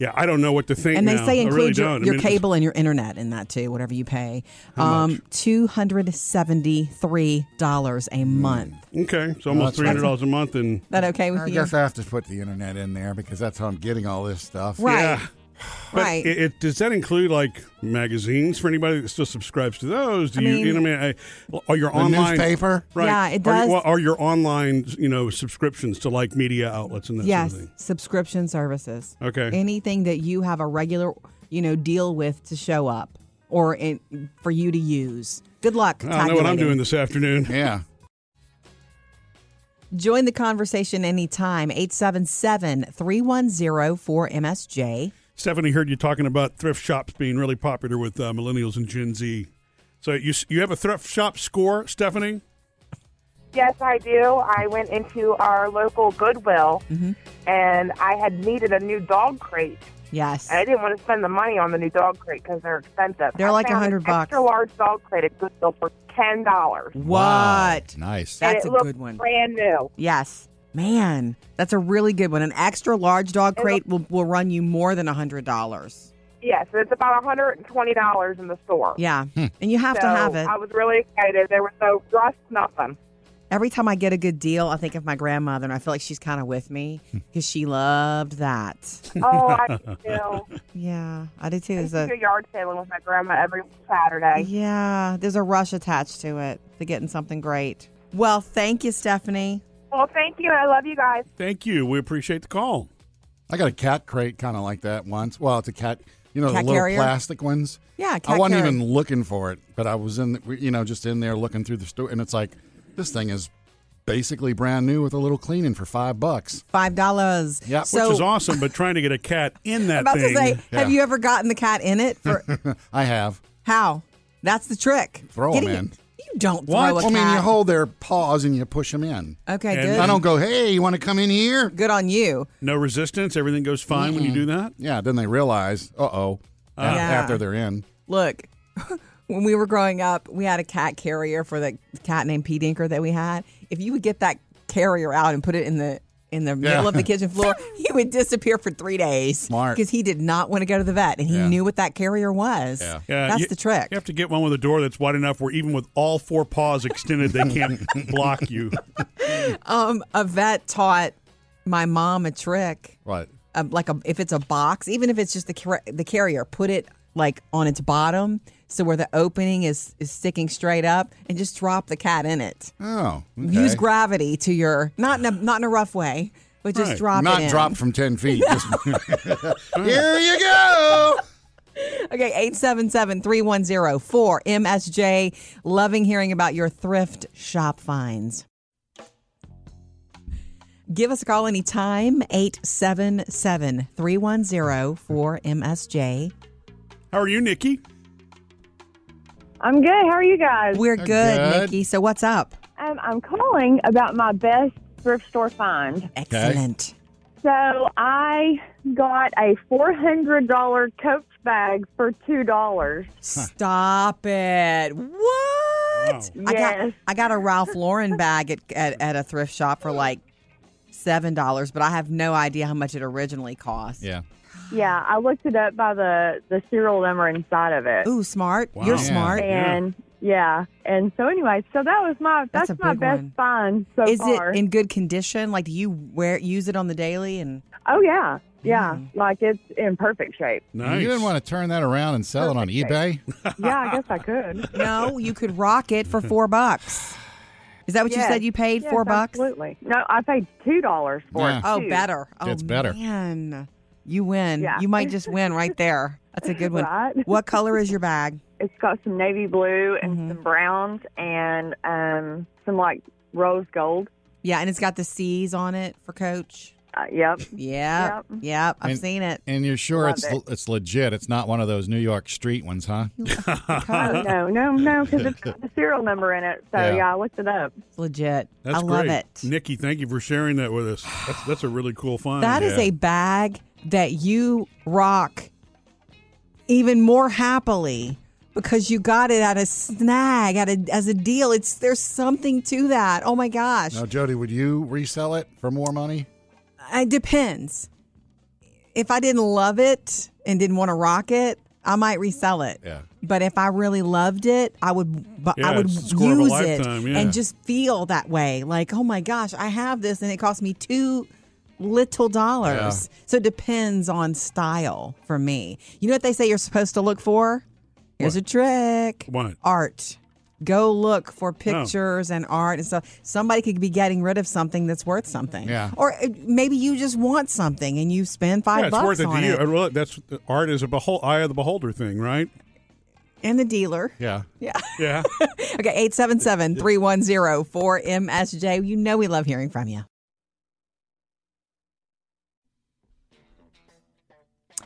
Speaker 1: Yeah, I don't know what to think.
Speaker 3: And they
Speaker 1: now.
Speaker 3: say
Speaker 1: Mm. I
Speaker 3: include
Speaker 1: really
Speaker 3: your,
Speaker 1: don't. I
Speaker 3: your
Speaker 1: mean,
Speaker 3: cable and your internet in that too, whatever you pay. um, two hundred seventy three dollars a
Speaker 1: Mm.
Speaker 3: month.
Speaker 1: Okay, so almost three hundred dollars a month, and
Speaker 3: That okay with
Speaker 2: I
Speaker 3: you?
Speaker 2: guess I have to put the internet in there because that's how I'm getting all this stuff.
Speaker 3: Right.
Speaker 1: yeah. But
Speaker 3: right.
Speaker 1: It, it, does that include like magazines for anybody that still subscribes to those? Do you,
Speaker 3: mean-
Speaker 1: you know, what I mean, I, are your
Speaker 2: The
Speaker 1: online
Speaker 2: newspaper?
Speaker 1: Right.
Speaker 3: Yeah, it
Speaker 1: Are,
Speaker 3: does.
Speaker 1: you- well, are your online, you know, subscriptions to like media outlets and that
Speaker 3: yes,
Speaker 1: sort of thing?
Speaker 3: subscription services.
Speaker 1: Okay.
Speaker 3: Anything that you have a regular, you know, deal with to show up or in, for you to use. Good luck.
Speaker 1: I don't know what I'm
Speaker 3: calculating.
Speaker 1: doing this afternoon.
Speaker 2: Yeah.
Speaker 3: Join the conversation anytime. 877-310-4MSJ.
Speaker 1: Stephanie heard you talking about thrift shops being really popular with uh, millennials and Gen Z. So you s- you have a thrift shop score, Stephanie?
Speaker 7: Yes, I do. I went into our local Goodwill
Speaker 3: Mm-hmm.
Speaker 7: and I had needed a new dog crate.
Speaker 3: Yes.
Speaker 7: And I didn't want to spend the money on the new dog crate because they're expensive.
Speaker 3: They're
Speaker 7: I
Speaker 3: like
Speaker 7: found
Speaker 3: 100
Speaker 7: an
Speaker 3: bucks.
Speaker 7: Extra large dog crate at Goodwill for ten dollars.
Speaker 3: What?
Speaker 2: Wow. Nice.
Speaker 7: and
Speaker 3: That's
Speaker 7: it
Speaker 3: a
Speaker 7: looked
Speaker 3: good one.
Speaker 7: Brand new.
Speaker 3: Yes. Man, that's a really good one. An extra large dog crate will, will run you more than $100.
Speaker 7: Yes, it's about hundred and twenty dollars in the store.
Speaker 3: Yeah.
Speaker 2: Hmm.
Speaker 3: And you have
Speaker 7: so um,
Speaker 3: to have it.
Speaker 7: I was really excited. There was no rust, nothing.
Speaker 3: Every time I get a good deal, I think of my grandmother and I feel like she's kind of with me
Speaker 2: Hmm.
Speaker 3: because she loved that.
Speaker 7: Oh, I do.
Speaker 3: Yeah, I do too.
Speaker 7: I
Speaker 3: There's
Speaker 7: used to
Speaker 3: a,
Speaker 7: do yard sailing with my grandma every Saturday.
Speaker 3: yeah, there's a rush attached to it to getting something great. Well, thank you, Stephanie.
Speaker 7: Well, thank you. I love you guys.
Speaker 1: Thank you. We appreciate the call.
Speaker 2: I got a cat crate kind of like that once. Well, it's a cat, you know,
Speaker 3: Cat
Speaker 2: the little
Speaker 3: carrier?
Speaker 2: plastic ones.
Speaker 3: Yeah, cat
Speaker 2: I wasn't
Speaker 3: carrier.
Speaker 2: even looking for it, but I was in, the, you know, just in there looking through the store, and it's like this thing is basically brand new with a little cleaning for five bucks.
Speaker 3: Five dollars.
Speaker 2: Yeah, which
Speaker 3: so,
Speaker 1: Which is awesome, but trying to get a cat in that
Speaker 3: Oh. I'm about
Speaker 1: thing.
Speaker 3: to say,
Speaker 2: Yeah.
Speaker 3: have you ever gotten the cat in it? For,
Speaker 2: I have.
Speaker 3: how? That's the trick.
Speaker 2: Throw 'em
Speaker 3: Getting
Speaker 2: in.
Speaker 3: it- You don't throw a
Speaker 2: Well, I mean,
Speaker 3: cat.
Speaker 2: you hold their paws and you push them in.
Speaker 3: okay,
Speaker 1: And
Speaker 3: good.
Speaker 2: I don't go, hey, you want to come in here?
Speaker 3: good on you.
Speaker 1: No resistance. Everything goes fine when you do that.
Speaker 2: Yeah, then they realize, uh oh,
Speaker 3: Yeah.
Speaker 2: after they're in.
Speaker 3: Look, when we were growing up, we had a cat carrier for the cat named Pete Dinker that we had. If you would get that carrier out and put it in the in the middle of the kitchen floor, he would disappear for three days.
Speaker 2: Smart.
Speaker 3: Because he did not want to go to the vet and he
Speaker 2: Yeah.
Speaker 3: knew what that carrier was.
Speaker 2: Yeah.
Speaker 1: Yeah,
Speaker 3: That's
Speaker 1: you-
Speaker 3: the trick.
Speaker 1: You have to get one with a door that's wide enough where even with all four paws extended, they can't block you.
Speaker 3: Um, a vet taught my mom a trick.
Speaker 2: What?
Speaker 3: um, like a if it's a box, even if it's just the car- the carrier, put it like on its bottom, so where the opening is is sticking straight up, and just drop the cat in it.
Speaker 2: Oh. okay.
Speaker 3: Use gravity to your not in a, not in a rough way, but just
Speaker 1: Right.
Speaker 3: drop
Speaker 2: Not
Speaker 3: it in.
Speaker 2: dropped from 10 feet. Just- Here you go.
Speaker 3: Okay, 877-310-4MSJ. Loving hearing about your thrift shop finds. Give us a call anytime, 877-310-4MSJ.
Speaker 1: How are you, Nikki?
Speaker 7: I'm good. How are you guys?
Speaker 3: We're
Speaker 2: They're
Speaker 3: good,
Speaker 2: Uh, good.
Speaker 3: Nikki. So what's up?
Speaker 7: Um, I'm calling about my best thrift store find.
Speaker 3: Excellent.
Speaker 7: So I got a $400 Coach bag for $2.
Speaker 3: Stop it. What? I got
Speaker 7: Yes.
Speaker 3: I got a Ralph Lauren bag at, at, at a thrift shop for like seven dollars, but I have no idea how much it originally cost.
Speaker 2: Yeah.
Speaker 7: Yeah, I looked it up by the, the serial number inside of it.
Speaker 3: Ooh, smart.
Speaker 1: Wow.
Speaker 3: You're
Speaker 2: Yeah.
Speaker 3: smart.
Speaker 7: And yeah. and so anyway, so that was my
Speaker 3: That's
Speaker 7: that's,
Speaker 3: a
Speaker 7: my
Speaker 3: big
Speaker 7: best
Speaker 3: one.
Speaker 7: find so
Speaker 3: Is
Speaker 7: far.
Speaker 3: it in good condition? Like do you wear use it on the daily and
Speaker 7: oh yeah, yeah,
Speaker 3: Mm-hmm.
Speaker 7: like it's in perfect shape.
Speaker 1: Nice.
Speaker 2: You didn't want to turn that around and sell it on eBay?
Speaker 7: Yeah, I guess I could.
Speaker 3: No, you could rock it for four bucks. Is that what you
Speaker 7: Yes.
Speaker 3: said you paid?
Speaker 7: Yes,
Speaker 3: four bucks?
Speaker 7: Absolutely. No, I paid two dollars for
Speaker 2: Yeah.
Speaker 7: it.
Speaker 3: Oh,
Speaker 7: too.
Speaker 3: better. Oh,
Speaker 2: It's better.
Speaker 3: Man. You win.
Speaker 7: Yeah.
Speaker 3: You might just win right there. That's a good one.
Speaker 7: Right?
Speaker 3: What color is your bag?
Speaker 7: It's got some navy blue and some browns and um, some like rose gold.
Speaker 3: Yeah, and it's got the C's on it for coach.
Speaker 7: Uh, yep.
Speaker 3: Yep. Yep. I've
Speaker 2: And-
Speaker 3: seen it.
Speaker 2: And you're sure
Speaker 7: Love
Speaker 2: it's
Speaker 7: it.
Speaker 2: it's legit. It's not one of those New York street ones, huh?
Speaker 7: oh, no, no, no, because it's got the serial number in it. So
Speaker 2: Yeah.
Speaker 7: yeah, I looked it up.
Speaker 3: It's legit.
Speaker 1: That's
Speaker 3: I love
Speaker 1: great.
Speaker 3: it.
Speaker 1: Nikki, thank you for sharing that with us. That's, that's a really cool find.
Speaker 3: That is a bag that you rock even more happily because you got it at a snag, at a, as a deal. It's there's something to that. Oh my gosh.
Speaker 2: Now, Jody, would you resell it for more money?
Speaker 3: It depends. If I didn't love it and didn't want to rock it, I might resell it.
Speaker 2: Yeah.
Speaker 3: But if I really loved it, I would bu-
Speaker 1: Yeah,
Speaker 3: I would
Speaker 1: it's the score of a
Speaker 3: use it
Speaker 1: lifetime, yeah.
Speaker 3: and just feel that way. Like, oh my gosh, I have this and it cost me two little dollars. So it depends on style for me. You know what they say you're supposed to look for? Here's a trick.
Speaker 1: What?
Speaker 3: Art. Go look for
Speaker 1: Oh.
Speaker 3: pictures and art and stuff. Somebody could be getting rid of something that's worth something.
Speaker 2: Yeah.
Speaker 3: Or uh, maybe you just want something and you spend five
Speaker 1: yeah, it's
Speaker 3: bucks
Speaker 1: worth it
Speaker 3: on
Speaker 1: to you.
Speaker 3: it.
Speaker 1: And Look, that's art is a behol- eye of the beholder thing, right?
Speaker 3: And the dealer.
Speaker 2: Yeah.
Speaker 1: Yeah.
Speaker 3: Okay, 877-310-4MSJ. You know we love hearing from you.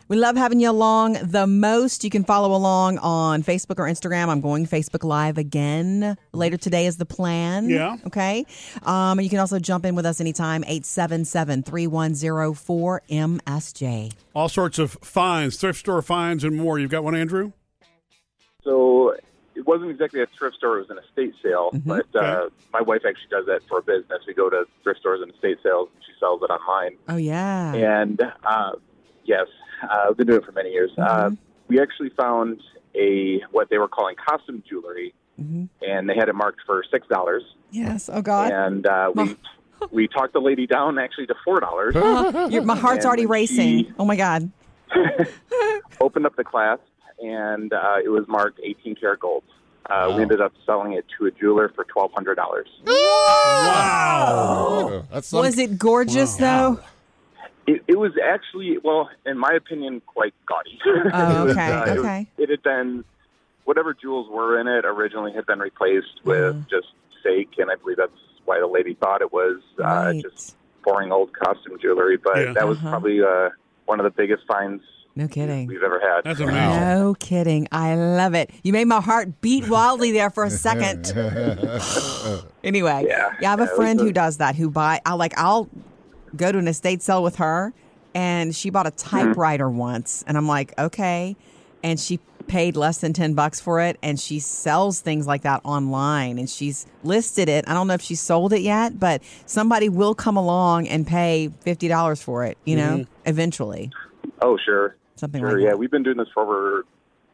Speaker 3: We love having you along the most. You can follow along on Facebook or Instagram. I'm going Facebook Live again later today is the plan.
Speaker 1: Yeah.
Speaker 3: Okay. Um, and you can also jump in with us anytime, 877-310-4MSJ.
Speaker 1: All sorts of finds, thrift store finds, and more. You've got one, Andrew?
Speaker 8: So it wasn't exactly a thrift store; it was an estate sale. But uh,
Speaker 1: Okay.
Speaker 8: my wife actually does that for a business. We go to thrift stores and estate sales, and she sells it online.
Speaker 3: Oh, yeah.
Speaker 8: And uh, yes, uh, I've been doing it for many years. Uh, we actually found a what they were calling costume jewelry, and they had it marked for six dollars.
Speaker 3: Yes. Oh, God.
Speaker 8: And uh, we we talked the lady down actually to four dollars.
Speaker 3: Your- my heart's
Speaker 8: And
Speaker 3: already
Speaker 8: when
Speaker 3: racing.
Speaker 8: she-
Speaker 3: oh, my God.
Speaker 8: opened up the class, and uh, it was marked 18 karat gold. Uh, We ended up selling it to a jeweler for twelve hundred dollars.
Speaker 1: Wow.
Speaker 2: Oh, that's some-
Speaker 3: Was it gorgeous though?
Speaker 8: It, it was actually, well, in my opinion, quite gaudy.
Speaker 3: Oh,
Speaker 8: It was,
Speaker 3: okay,
Speaker 8: uh, it was-
Speaker 3: okay.
Speaker 8: It, had been whatever jewels were in it originally had been replaced with
Speaker 3: Mm-hmm.
Speaker 8: just fake, and I believe that's why the lady thought it was uh,
Speaker 3: Right. Uh-huh.
Speaker 8: just boring old costume jewelry. But
Speaker 1: Yeah.
Speaker 8: that was probably uh, one of the biggest finds
Speaker 3: No kidding.
Speaker 8: we've ever had.
Speaker 1: That's amazing.
Speaker 3: No kidding. I love it. You made my heart beat wildly there for a second. anyway,
Speaker 8: Yeah.
Speaker 3: I have a
Speaker 8: Yeah, it
Speaker 3: friend
Speaker 8: was a-
Speaker 3: who does that. Who buy? I like. I'll go to an estate sale with her, and she bought a
Speaker 8: Mm-hmm.
Speaker 3: typewriter once, and I'm like, okay, and she paid less than 10 bucks for it and she sells things like that online and she's listed it i don't know if she sold it yet but somebody will come along and pay $50 for it you know eventually
Speaker 8: Oh, sure.
Speaker 3: Something
Speaker 8: Mm-hmm. sure,
Speaker 3: like
Speaker 8: yeah.
Speaker 3: that.
Speaker 8: We've been doing this for over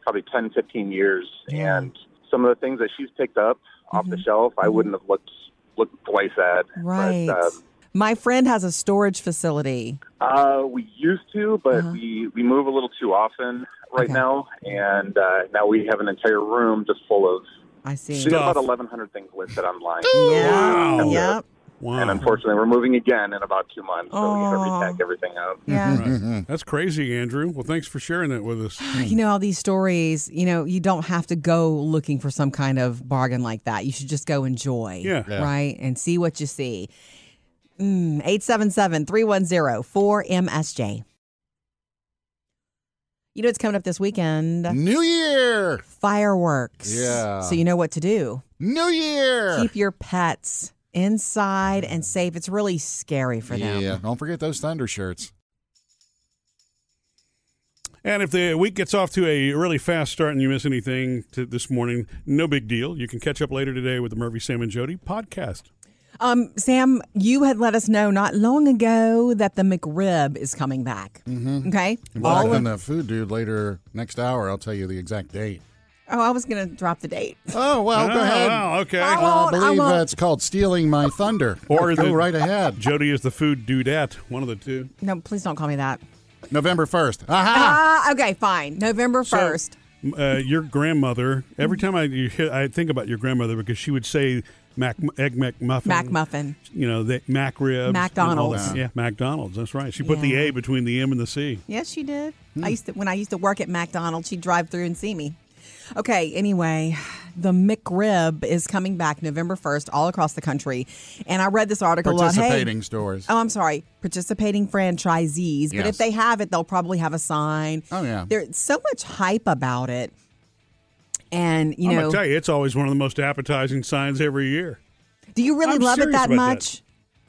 Speaker 8: probably 10, 15 years,
Speaker 3: Yeah. Mm-hmm.
Speaker 8: and some of the things that she's picked up off the shelf, I wouldn't have looked looked twice at. But,
Speaker 3: Right.
Speaker 8: um,
Speaker 3: My friend has a storage facility.
Speaker 8: uh, we used to, but
Speaker 3: Uh-huh.
Speaker 8: we we move a little too often right
Speaker 3: Okay.
Speaker 8: now, and uh, now we have an entire room just full of.
Speaker 3: I see.
Speaker 8: She got
Speaker 1: Stuff.
Speaker 8: about 1,100 things listed online.
Speaker 3: Yeah.
Speaker 1: Wow.
Speaker 3: Yep.
Speaker 1: Wow.
Speaker 8: And unfortunately, we're moving again in about two months, so we got to
Speaker 3: Aw.
Speaker 8: repack everything up.
Speaker 3: Yeah.
Speaker 1: Right. That's crazy, Andrew. Well, thanks for sharing that with us.
Speaker 3: You know, all these stories, you know, you don't have to go looking for some kind of bargain like that. You should just go enjoy.
Speaker 1: Yeah.
Speaker 2: Yeah.
Speaker 3: Right? And see what you see. Mm, 877 310 4MSJ. You know, it's coming up this weekend
Speaker 2: New Year!
Speaker 3: fireworks.
Speaker 2: Mm. Yeah.
Speaker 3: So you know what to do.
Speaker 2: New Year!
Speaker 3: Keep your pets inside and safe. It's really scary for them.
Speaker 2: yeah, don't forget those thunder shirts.
Speaker 1: And if the week gets off to a really fast start and you miss anything to this morning, no big deal. You can catch up later today with the Murphy, Sam, and Jody podcast.
Speaker 3: Um, Sam, you had let us know not long ago that the McRib is coming back. Mm-hmm. Okay.
Speaker 2: And
Speaker 3: All
Speaker 2: back on
Speaker 3: of-
Speaker 2: the food dude later next hour, I'll tell you the exact date.
Speaker 3: oh, I was going to drop the date.
Speaker 2: Oh, well, go ahead.
Speaker 1: wow, okay.
Speaker 3: I
Speaker 2: I
Speaker 3: won't. I
Speaker 2: believe
Speaker 3: won't.
Speaker 2: that's called Stealing My Thunder.
Speaker 1: Or
Speaker 2: go
Speaker 1: the-
Speaker 2: right ahead.
Speaker 1: Jody is the food dudette, one of the two.
Speaker 3: No, please don't call me that.
Speaker 2: November 1st. Aha!
Speaker 3: Ah, okay, fine. November
Speaker 1: So,
Speaker 3: 1st.
Speaker 1: Uh, your grandmother. Every time I you hear, I think about your grandmother because she would say Mac egg McMuffin.
Speaker 3: Mac Muffin.
Speaker 1: You know the Mac ribs. and all
Speaker 3: McDonald's.
Speaker 1: that. Yeah, McDonald's. That's right. She put the
Speaker 3: Yeah.
Speaker 1: A between the M and the C.
Speaker 3: Yes, she did.
Speaker 2: Hmm.
Speaker 3: I used to when I used to work at McDonald's, she'd drive through and see me. Okay, anyway, the McRib is coming back November 1st all across the country. And I read this article about hey,
Speaker 2: Participating stores.
Speaker 3: Oh, I'm sorry. Participating franchisees. But
Speaker 2: Yes.
Speaker 3: if they have it, they'll probably have a sign.
Speaker 2: Oh, yeah.
Speaker 3: There's so much hype about it. And, you
Speaker 1: I'm
Speaker 3: know,
Speaker 1: gonna tell you, it's always one of the most appetizing signs every year.
Speaker 3: do you really
Speaker 1: I'm
Speaker 3: love it
Speaker 1: serious
Speaker 3: that
Speaker 1: about
Speaker 3: much?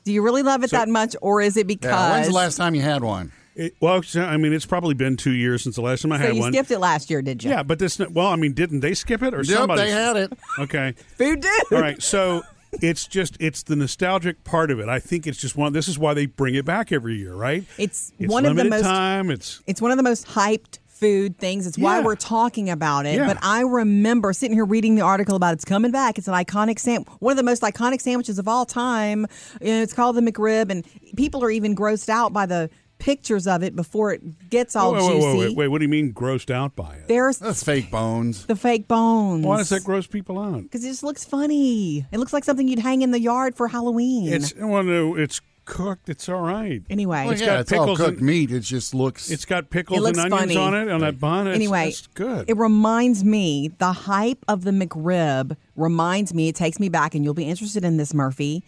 Speaker 3: Do you really love it that much? Or is it because.
Speaker 2: Yeah, when's the last time you had one?
Speaker 1: It, well, I mean, it's probably been two years since the last time I
Speaker 3: so
Speaker 1: had
Speaker 3: you
Speaker 1: one.
Speaker 3: skipped it last year, did you?
Speaker 1: yeah, but this. Well, I mean, didn't they skip it or
Speaker 2: Nope,
Speaker 1: somebody?
Speaker 2: they had it.
Speaker 1: Okay.
Speaker 3: Food did.
Speaker 1: All right. So it's just it's the nostalgic part of it. I think it's just one. This is why they bring it back every year, right?
Speaker 3: It's
Speaker 1: It's
Speaker 3: one of the
Speaker 1: limited
Speaker 3: most-
Speaker 1: time. It's
Speaker 3: It's one of the most hyped food things. It's why
Speaker 1: Yeah.
Speaker 3: we're talking about it.
Speaker 1: Yeah.
Speaker 3: But I remember sitting here reading the article about it's coming back. It's an iconic sam one of the most iconic sandwiches of all time. You know, it's called the McRib, and people are even grossed out by the pictures of it before it gets all
Speaker 1: wait, wait,
Speaker 3: juicy.
Speaker 1: wait, wait, wait. What do you mean grossed out by it?
Speaker 3: There's
Speaker 2: That's fake bones.
Speaker 3: the fake bones.
Speaker 1: Why does that gross people out?
Speaker 3: Because it just looks funny. It looks like something you'd hang in the yard for Halloween.
Speaker 1: It's well, no, it's cooked. It's all right.
Speaker 3: anyway,
Speaker 2: Well,
Speaker 1: It's
Speaker 2: yeah,
Speaker 1: got
Speaker 2: it's all
Speaker 1: pickles
Speaker 2: cooked
Speaker 1: and-
Speaker 2: meat. It just looks.
Speaker 1: It's got pickles
Speaker 3: It looks
Speaker 1: and onions
Speaker 3: funny.
Speaker 1: on it on that bonnet. It's-
Speaker 3: Anyway,
Speaker 1: it's good.
Speaker 3: It reminds me the hype of the McRib reminds me. It takes me back, and you'll be interested in this, Murphy.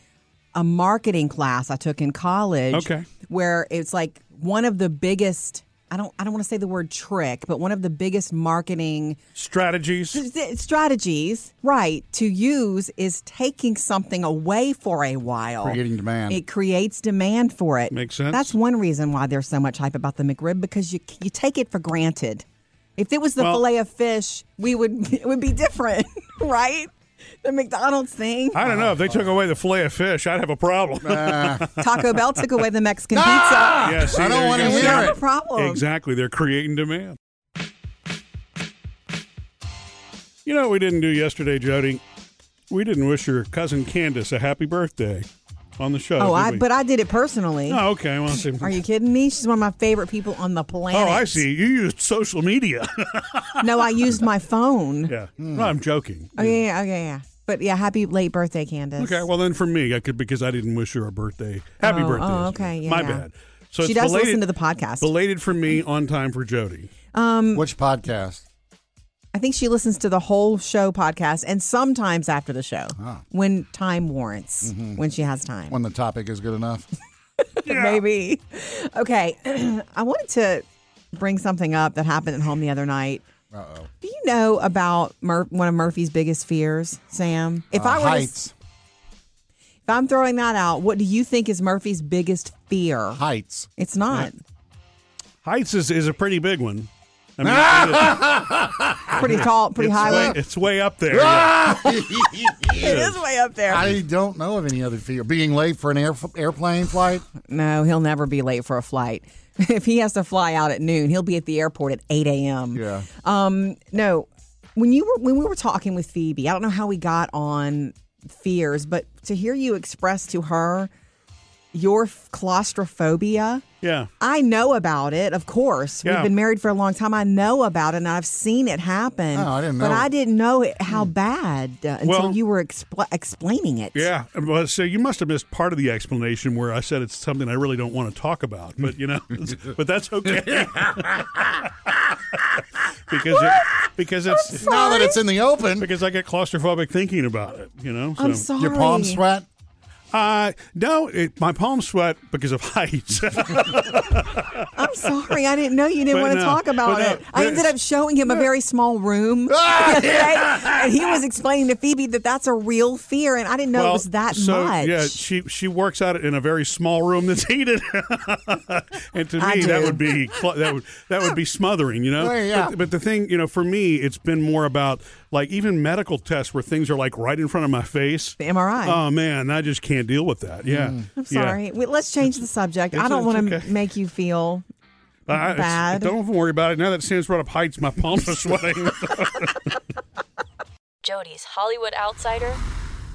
Speaker 3: A marketing class I took in college.
Speaker 1: Okay.
Speaker 3: where it's like one of the biggest. I don't. I don't want to say the word trick, but one of the biggest marketing
Speaker 1: Strategies.
Speaker 3: st- strategies, right, to use is taking something away for a while.
Speaker 2: Creating demand.
Speaker 3: It creates demand for it.
Speaker 1: Makes sense.
Speaker 3: That's one reason why there's so much hype about the McRib because you you take it for granted. If it was the
Speaker 1: Well-
Speaker 3: fillet of fish, we would it would be different, right? The McDonald's thing.
Speaker 1: I don't know. If they
Speaker 2: Oh.
Speaker 1: took away the fillet of fish, I'd have a problem.
Speaker 3: Taco Bell took away the Mexican
Speaker 2: Ah!
Speaker 3: pizza.
Speaker 1: Yeah, see, there
Speaker 2: I don't
Speaker 1: you
Speaker 2: want to
Speaker 1: go.
Speaker 3: We
Speaker 2: hear
Speaker 3: have a
Speaker 2: it.
Speaker 3: problem.
Speaker 1: Exactly. They're creating demand. You know what we didn't do yesterday, Jody? We didn't wish your cousin Candace a happy birthday on the show.
Speaker 3: Oh,
Speaker 1: did
Speaker 3: I
Speaker 1: we?
Speaker 3: but I did it personally.
Speaker 1: Oh, okay. Well, see.
Speaker 3: Are you kidding me? She's one of my favorite people on the
Speaker 1: Oh,
Speaker 3: planet.
Speaker 1: I see. You used social media.
Speaker 3: No, I used my phone.
Speaker 1: yeah. No, I'm joking.
Speaker 3: Oh yeah, yeah, okay, yeah. But yeah, happy late birthday, Candace.
Speaker 1: Okay. Well, then for me, I could because I didn't wish her a birthday. Happy
Speaker 3: Oh,
Speaker 1: birthday.
Speaker 3: oh,
Speaker 1: is-
Speaker 3: okay, yeah,
Speaker 1: My
Speaker 3: yeah.
Speaker 1: bad. So
Speaker 3: she
Speaker 1: it's
Speaker 3: does
Speaker 1: belated,
Speaker 3: listen to the podcast.
Speaker 1: Belated for me on time for Jody.
Speaker 3: Mm.
Speaker 2: Which podcast?
Speaker 3: I think she listens to the whole show podcast and sometimes after the show
Speaker 1: Ah.
Speaker 3: when time warrants,
Speaker 1: Mm-hmm.
Speaker 3: when she has time.
Speaker 2: When the topic is good enough.
Speaker 3: Maybe. Okay. I wanted to bring something up that happened at home the other night.
Speaker 2: Uh oh.
Speaker 3: Do you know about Mur- one of Murphy's biggest fears, Sam? If
Speaker 1: Uh,
Speaker 3: I were to s-
Speaker 2: heights,
Speaker 3: if I'm throwing that out, what do you think is Murphy's biggest fear?
Speaker 2: heights.
Speaker 3: It's not
Speaker 1: Heights is, is a pretty big one. I mean,
Speaker 3: pretty tall, pretty
Speaker 1: it's,
Speaker 3: high.
Speaker 1: way,
Speaker 3: one.
Speaker 1: it's way up there.
Speaker 2: Ah!
Speaker 1: yeah.
Speaker 3: It is way up there.
Speaker 2: I don't know of any other fear. Being late for an air, airplane flight.
Speaker 3: No, he'll never be late for a flight. if he has to fly out at noon, he'll be at the airport at 8 a.m.
Speaker 2: Yeah.
Speaker 3: Um, no, when you were when we were talking with Phoebe, I don't know how we got on fears, but to hear you express to her your f- claustrophobia,
Speaker 1: yeah.
Speaker 3: I know about it. Of course,
Speaker 1: Yeah.
Speaker 3: we've been married for a long time. I know about it, and I've seen it happen.
Speaker 2: Oh, I didn't
Speaker 3: but
Speaker 2: know. Hmm.
Speaker 3: I didn't know it, how bad uh, until
Speaker 1: Well-
Speaker 3: you were expl- explaining it.
Speaker 1: Well, So you must have missed part of the explanation where I said it's something I really don't want to talk about, but you know, but that's okay. because it, because it's
Speaker 2: Now that it's in the open,
Speaker 1: because I get claustrophobic thinking about it, you know. So.
Speaker 3: I'm sorry.
Speaker 2: your palm sweat.
Speaker 1: Uh, no, it, my palms sweat because of heights.
Speaker 3: I'm sorry, I didn't know you
Speaker 1: But
Speaker 3: didn't want to
Speaker 1: no,
Speaker 3: talk
Speaker 1: but Ah,
Speaker 3: about
Speaker 1: no,
Speaker 3: it. I
Speaker 1: there-
Speaker 3: ended up showing him a very small room, okay? and he was explaining to Phoebe that that's a real fear, and I didn't know it was that
Speaker 1: so,
Speaker 3: much.
Speaker 1: Yeah, she she works out in a very small room that's heated, and to
Speaker 3: I
Speaker 1: me that
Speaker 3: do.
Speaker 1: would be cl- that would that would be smothering, you know.
Speaker 2: Well, yeah.
Speaker 1: But, but the thing, you know, for me, it's been more about like even medical tests where things are like right in front of my face.
Speaker 3: The MRI.
Speaker 1: Oh man, I just can't deal with that. Yeah,
Speaker 3: Mm. I'm sorry. Wait, let's change the subject. I
Speaker 1: It's-
Speaker 3: don't
Speaker 1: it's
Speaker 3: want to
Speaker 1: okay.
Speaker 3: make you feel.
Speaker 1: Yeah. I- it's-
Speaker 3: Bad.
Speaker 1: Don't even worry about it. Now that Sam's brought up heights, my palms are sweating.
Speaker 9: Jody's Hollywood Outsider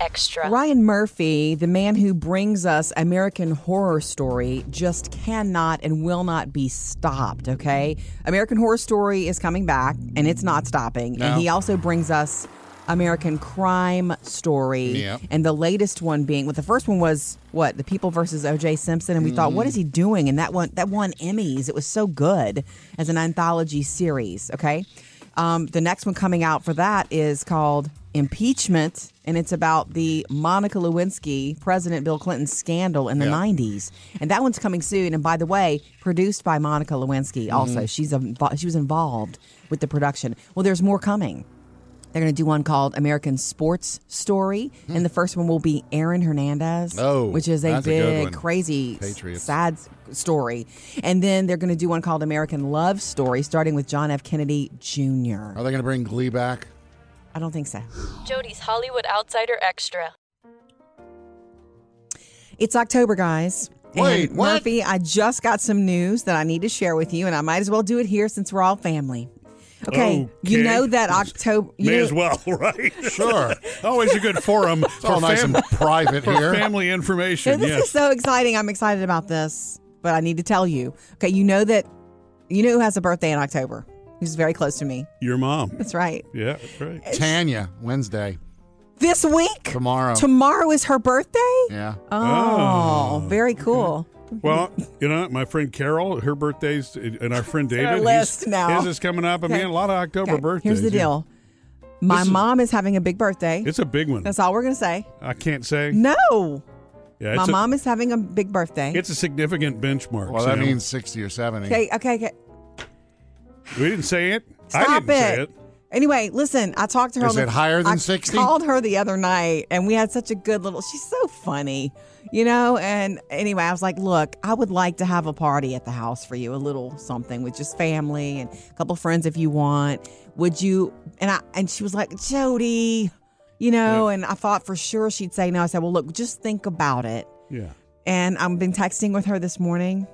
Speaker 9: Extra.
Speaker 3: Ryan Murphy, the man who brings us American Horror Story, just cannot and will not be stopped, okay? American Horror Story is coming back and it's not stopping. And he also brings us American Crime Story.
Speaker 2: Yep.
Speaker 3: And the latest one being, well, the first one was what? The People versus O.J. Simpson. And we thought, what is he doing? And that one, that won Emmys. It was so good as an anthology series, okay? Um, the next one coming out for that is called Impeachment, and it's about the Monica Lewinsky, President Bill Clinton scandal in the 90s. And that one's coming soon. And by the way, produced by Monica Lewinsky also. She's invo- she was involved with the production. Well, there's more coming. They're going to do one called American Sports Story, and the first one will be Aaron Hernandez,
Speaker 2: Hmm. Oh,
Speaker 3: which is a
Speaker 2: that's a good
Speaker 3: big,
Speaker 2: one.
Speaker 3: crazy, s-
Speaker 2: Patriots.
Speaker 3: sad s- story. And then they're going to do one called American Love Story, starting with John F. Kennedy Jr.
Speaker 2: Are they going to bring Glee back?
Speaker 3: I don't think so.
Speaker 9: Jody's Hollywood Outsider Extra.
Speaker 3: It's October, guys.
Speaker 2: Wait,
Speaker 3: and
Speaker 2: what?
Speaker 3: Murphy, I just got some news that I need to share with you, and I might as well do it here since we're all family. Okay, you
Speaker 1: Okay.
Speaker 3: know that October. you
Speaker 1: May
Speaker 3: know-
Speaker 1: as well, right?
Speaker 2: Sure.
Speaker 1: Always a good forum
Speaker 2: It's all
Speaker 1: for
Speaker 2: nice
Speaker 1: fam-
Speaker 2: and private
Speaker 1: for
Speaker 2: here.
Speaker 1: family
Speaker 3: So
Speaker 1: information.
Speaker 3: this
Speaker 1: yes.
Speaker 3: is so exciting. I'm excited about this, but I need to tell you. Okay, you know that you know who has a birthday in October. Who's very close to me.
Speaker 1: Your mom.
Speaker 3: That's right.
Speaker 1: Yeah, that's right.
Speaker 2: Tanya, Wednesday,
Speaker 3: This week.
Speaker 2: tomorrow.
Speaker 3: Tomorrow is her birthday.
Speaker 2: yeah.
Speaker 3: Oh,
Speaker 1: Oh,
Speaker 3: very cool.
Speaker 1: Well, you know, my friend Carol, her birthday's, and our friend
Speaker 3: on
Speaker 1: David,
Speaker 3: our
Speaker 1: he's-
Speaker 3: list now.
Speaker 1: his is coming up. I
Speaker 3: Okay.
Speaker 1: mean, a lot of October
Speaker 3: Okay,
Speaker 1: birthdays.
Speaker 3: Here's the
Speaker 1: yeah.
Speaker 3: deal. My
Speaker 1: This is-
Speaker 3: mom is having a big birthday.
Speaker 1: It's a big one.
Speaker 3: That's all we're gonna say.
Speaker 1: I can't say.
Speaker 3: No,
Speaker 1: Yeah,
Speaker 3: my
Speaker 1: it's a,
Speaker 3: mom is having a big birthday.
Speaker 1: It's a significant benchmark.
Speaker 2: Well, that
Speaker 1: Sam.
Speaker 2: means 60 or 70.
Speaker 3: okay, okay, okay.
Speaker 1: we didn't say it. I
Speaker 3: Stop
Speaker 1: didn't say
Speaker 3: it.
Speaker 1: it.
Speaker 3: Anyway, listen, I talked to her.
Speaker 2: Is
Speaker 3: on the,
Speaker 2: it higher than
Speaker 3: I
Speaker 2: 60?
Speaker 3: called her the other night and we had such a good little, she's so funny, you know? And anyway, I was like, look, I would like to have a party at the house for you, a little something with just family and a couple friends if you want. Would you? And I, and she was like, Jody, you know, and I thought for sure she'd say no. I said, well, look, just think about it.
Speaker 1: Yeah.
Speaker 3: And I've been texting with her this morning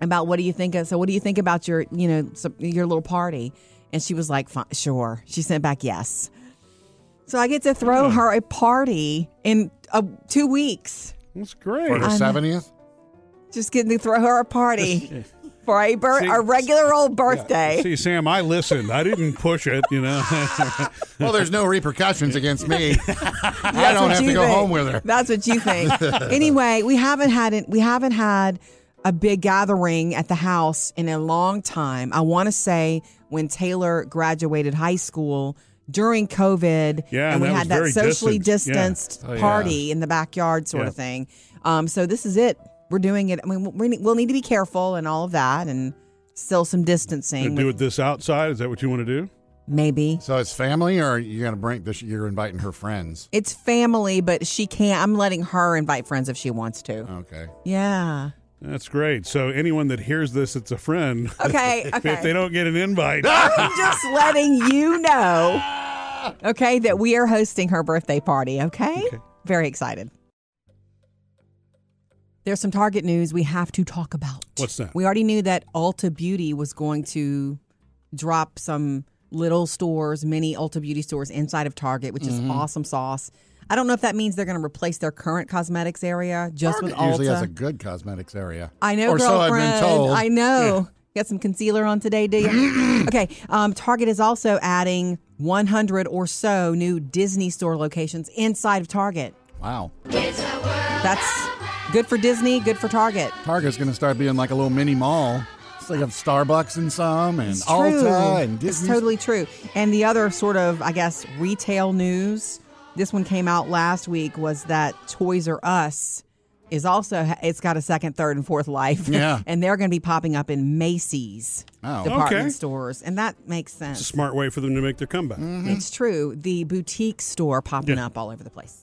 Speaker 3: about what do you think of so what do you think about your you know so- your little party and she was like "Fi- sure she sent back yes so i get to throw her a party in uh, two weeks
Speaker 1: That's
Speaker 2: For
Speaker 1: great.
Speaker 2: her 70th?
Speaker 3: just getting to throw her a party for a, bir-
Speaker 1: See-
Speaker 3: a regular old
Speaker 1: Yeah.
Speaker 3: birthday
Speaker 1: See, Sam, I listened. I didn't push it, you know.
Speaker 2: Well, there's no repercussions against me. I don't
Speaker 3: what
Speaker 2: have to
Speaker 3: you
Speaker 2: go
Speaker 3: think.
Speaker 2: home with her.
Speaker 3: That's what you think. anyway, we haven't had it. We haven't had a big gathering at the house in a long time. I want to say when Taylor graduated high school during COVID,
Speaker 1: Yeah,
Speaker 3: and we
Speaker 1: that
Speaker 3: had
Speaker 1: was
Speaker 3: that
Speaker 1: very
Speaker 3: socially
Speaker 1: distant. Yeah.
Speaker 3: distanced
Speaker 2: Oh, yeah.
Speaker 3: party in the backyard, sort of
Speaker 1: Yeah.
Speaker 3: thing. Um, so this is it. We're doing it. I mean, we- we'll need to be careful and all of that, and still some distancing.
Speaker 1: And do it this outside. Is that what you want to do?
Speaker 3: Maybe.
Speaker 2: So it's family, or you're gonna bring this? You're inviting her friends.
Speaker 3: It's family, but she can't. I'm letting her invite friends if she wants to.
Speaker 2: Okay.
Speaker 3: Yeah.
Speaker 1: That's great. So anyone that hears this, it's a friend.
Speaker 3: Okay. Okay.
Speaker 1: if they don't get an invite,
Speaker 3: I'm just letting you know, okay, that we are hosting her birthday party, okay? Very excited. There's some Target news we have to talk about.
Speaker 1: What's that?
Speaker 3: We already knew that Ulta Beauty was going to drop some little stores, mini Ulta Beauty stores inside of Target, which is awesome sauce. I don't know if that means they're going to replace their current cosmetics area just
Speaker 2: Target
Speaker 3: with Ulta.
Speaker 2: usually has a good cosmetics area.
Speaker 3: I know,
Speaker 2: or so I've
Speaker 3: girlfriend.
Speaker 2: been told.
Speaker 3: I know. Got some concealer on today, do you? okay. Um, Target is also adding 100 or so new Disney store locations inside of Target.
Speaker 2: Wow.
Speaker 3: That's good for Disney, good for Target.
Speaker 2: Target's gonna start being like a little mini mall. It's like a Starbucks in some, and
Speaker 3: It's true.
Speaker 2: Ulta, and
Speaker 3: It's
Speaker 2: Disney.
Speaker 3: totally true. And the other sort of, I guess, retail news. This one came out last week was that Toys R Us is also it's got a second, third, and fourth life.
Speaker 2: Yeah.
Speaker 3: and they're going to be popping up in Macy's
Speaker 2: Oh.
Speaker 3: department
Speaker 1: Okay.
Speaker 3: stores, and that makes sense. Mm-hmm.
Speaker 1: it's a smart way for them to make their comeback.
Speaker 3: It's true. The boutique store popping up all over the place.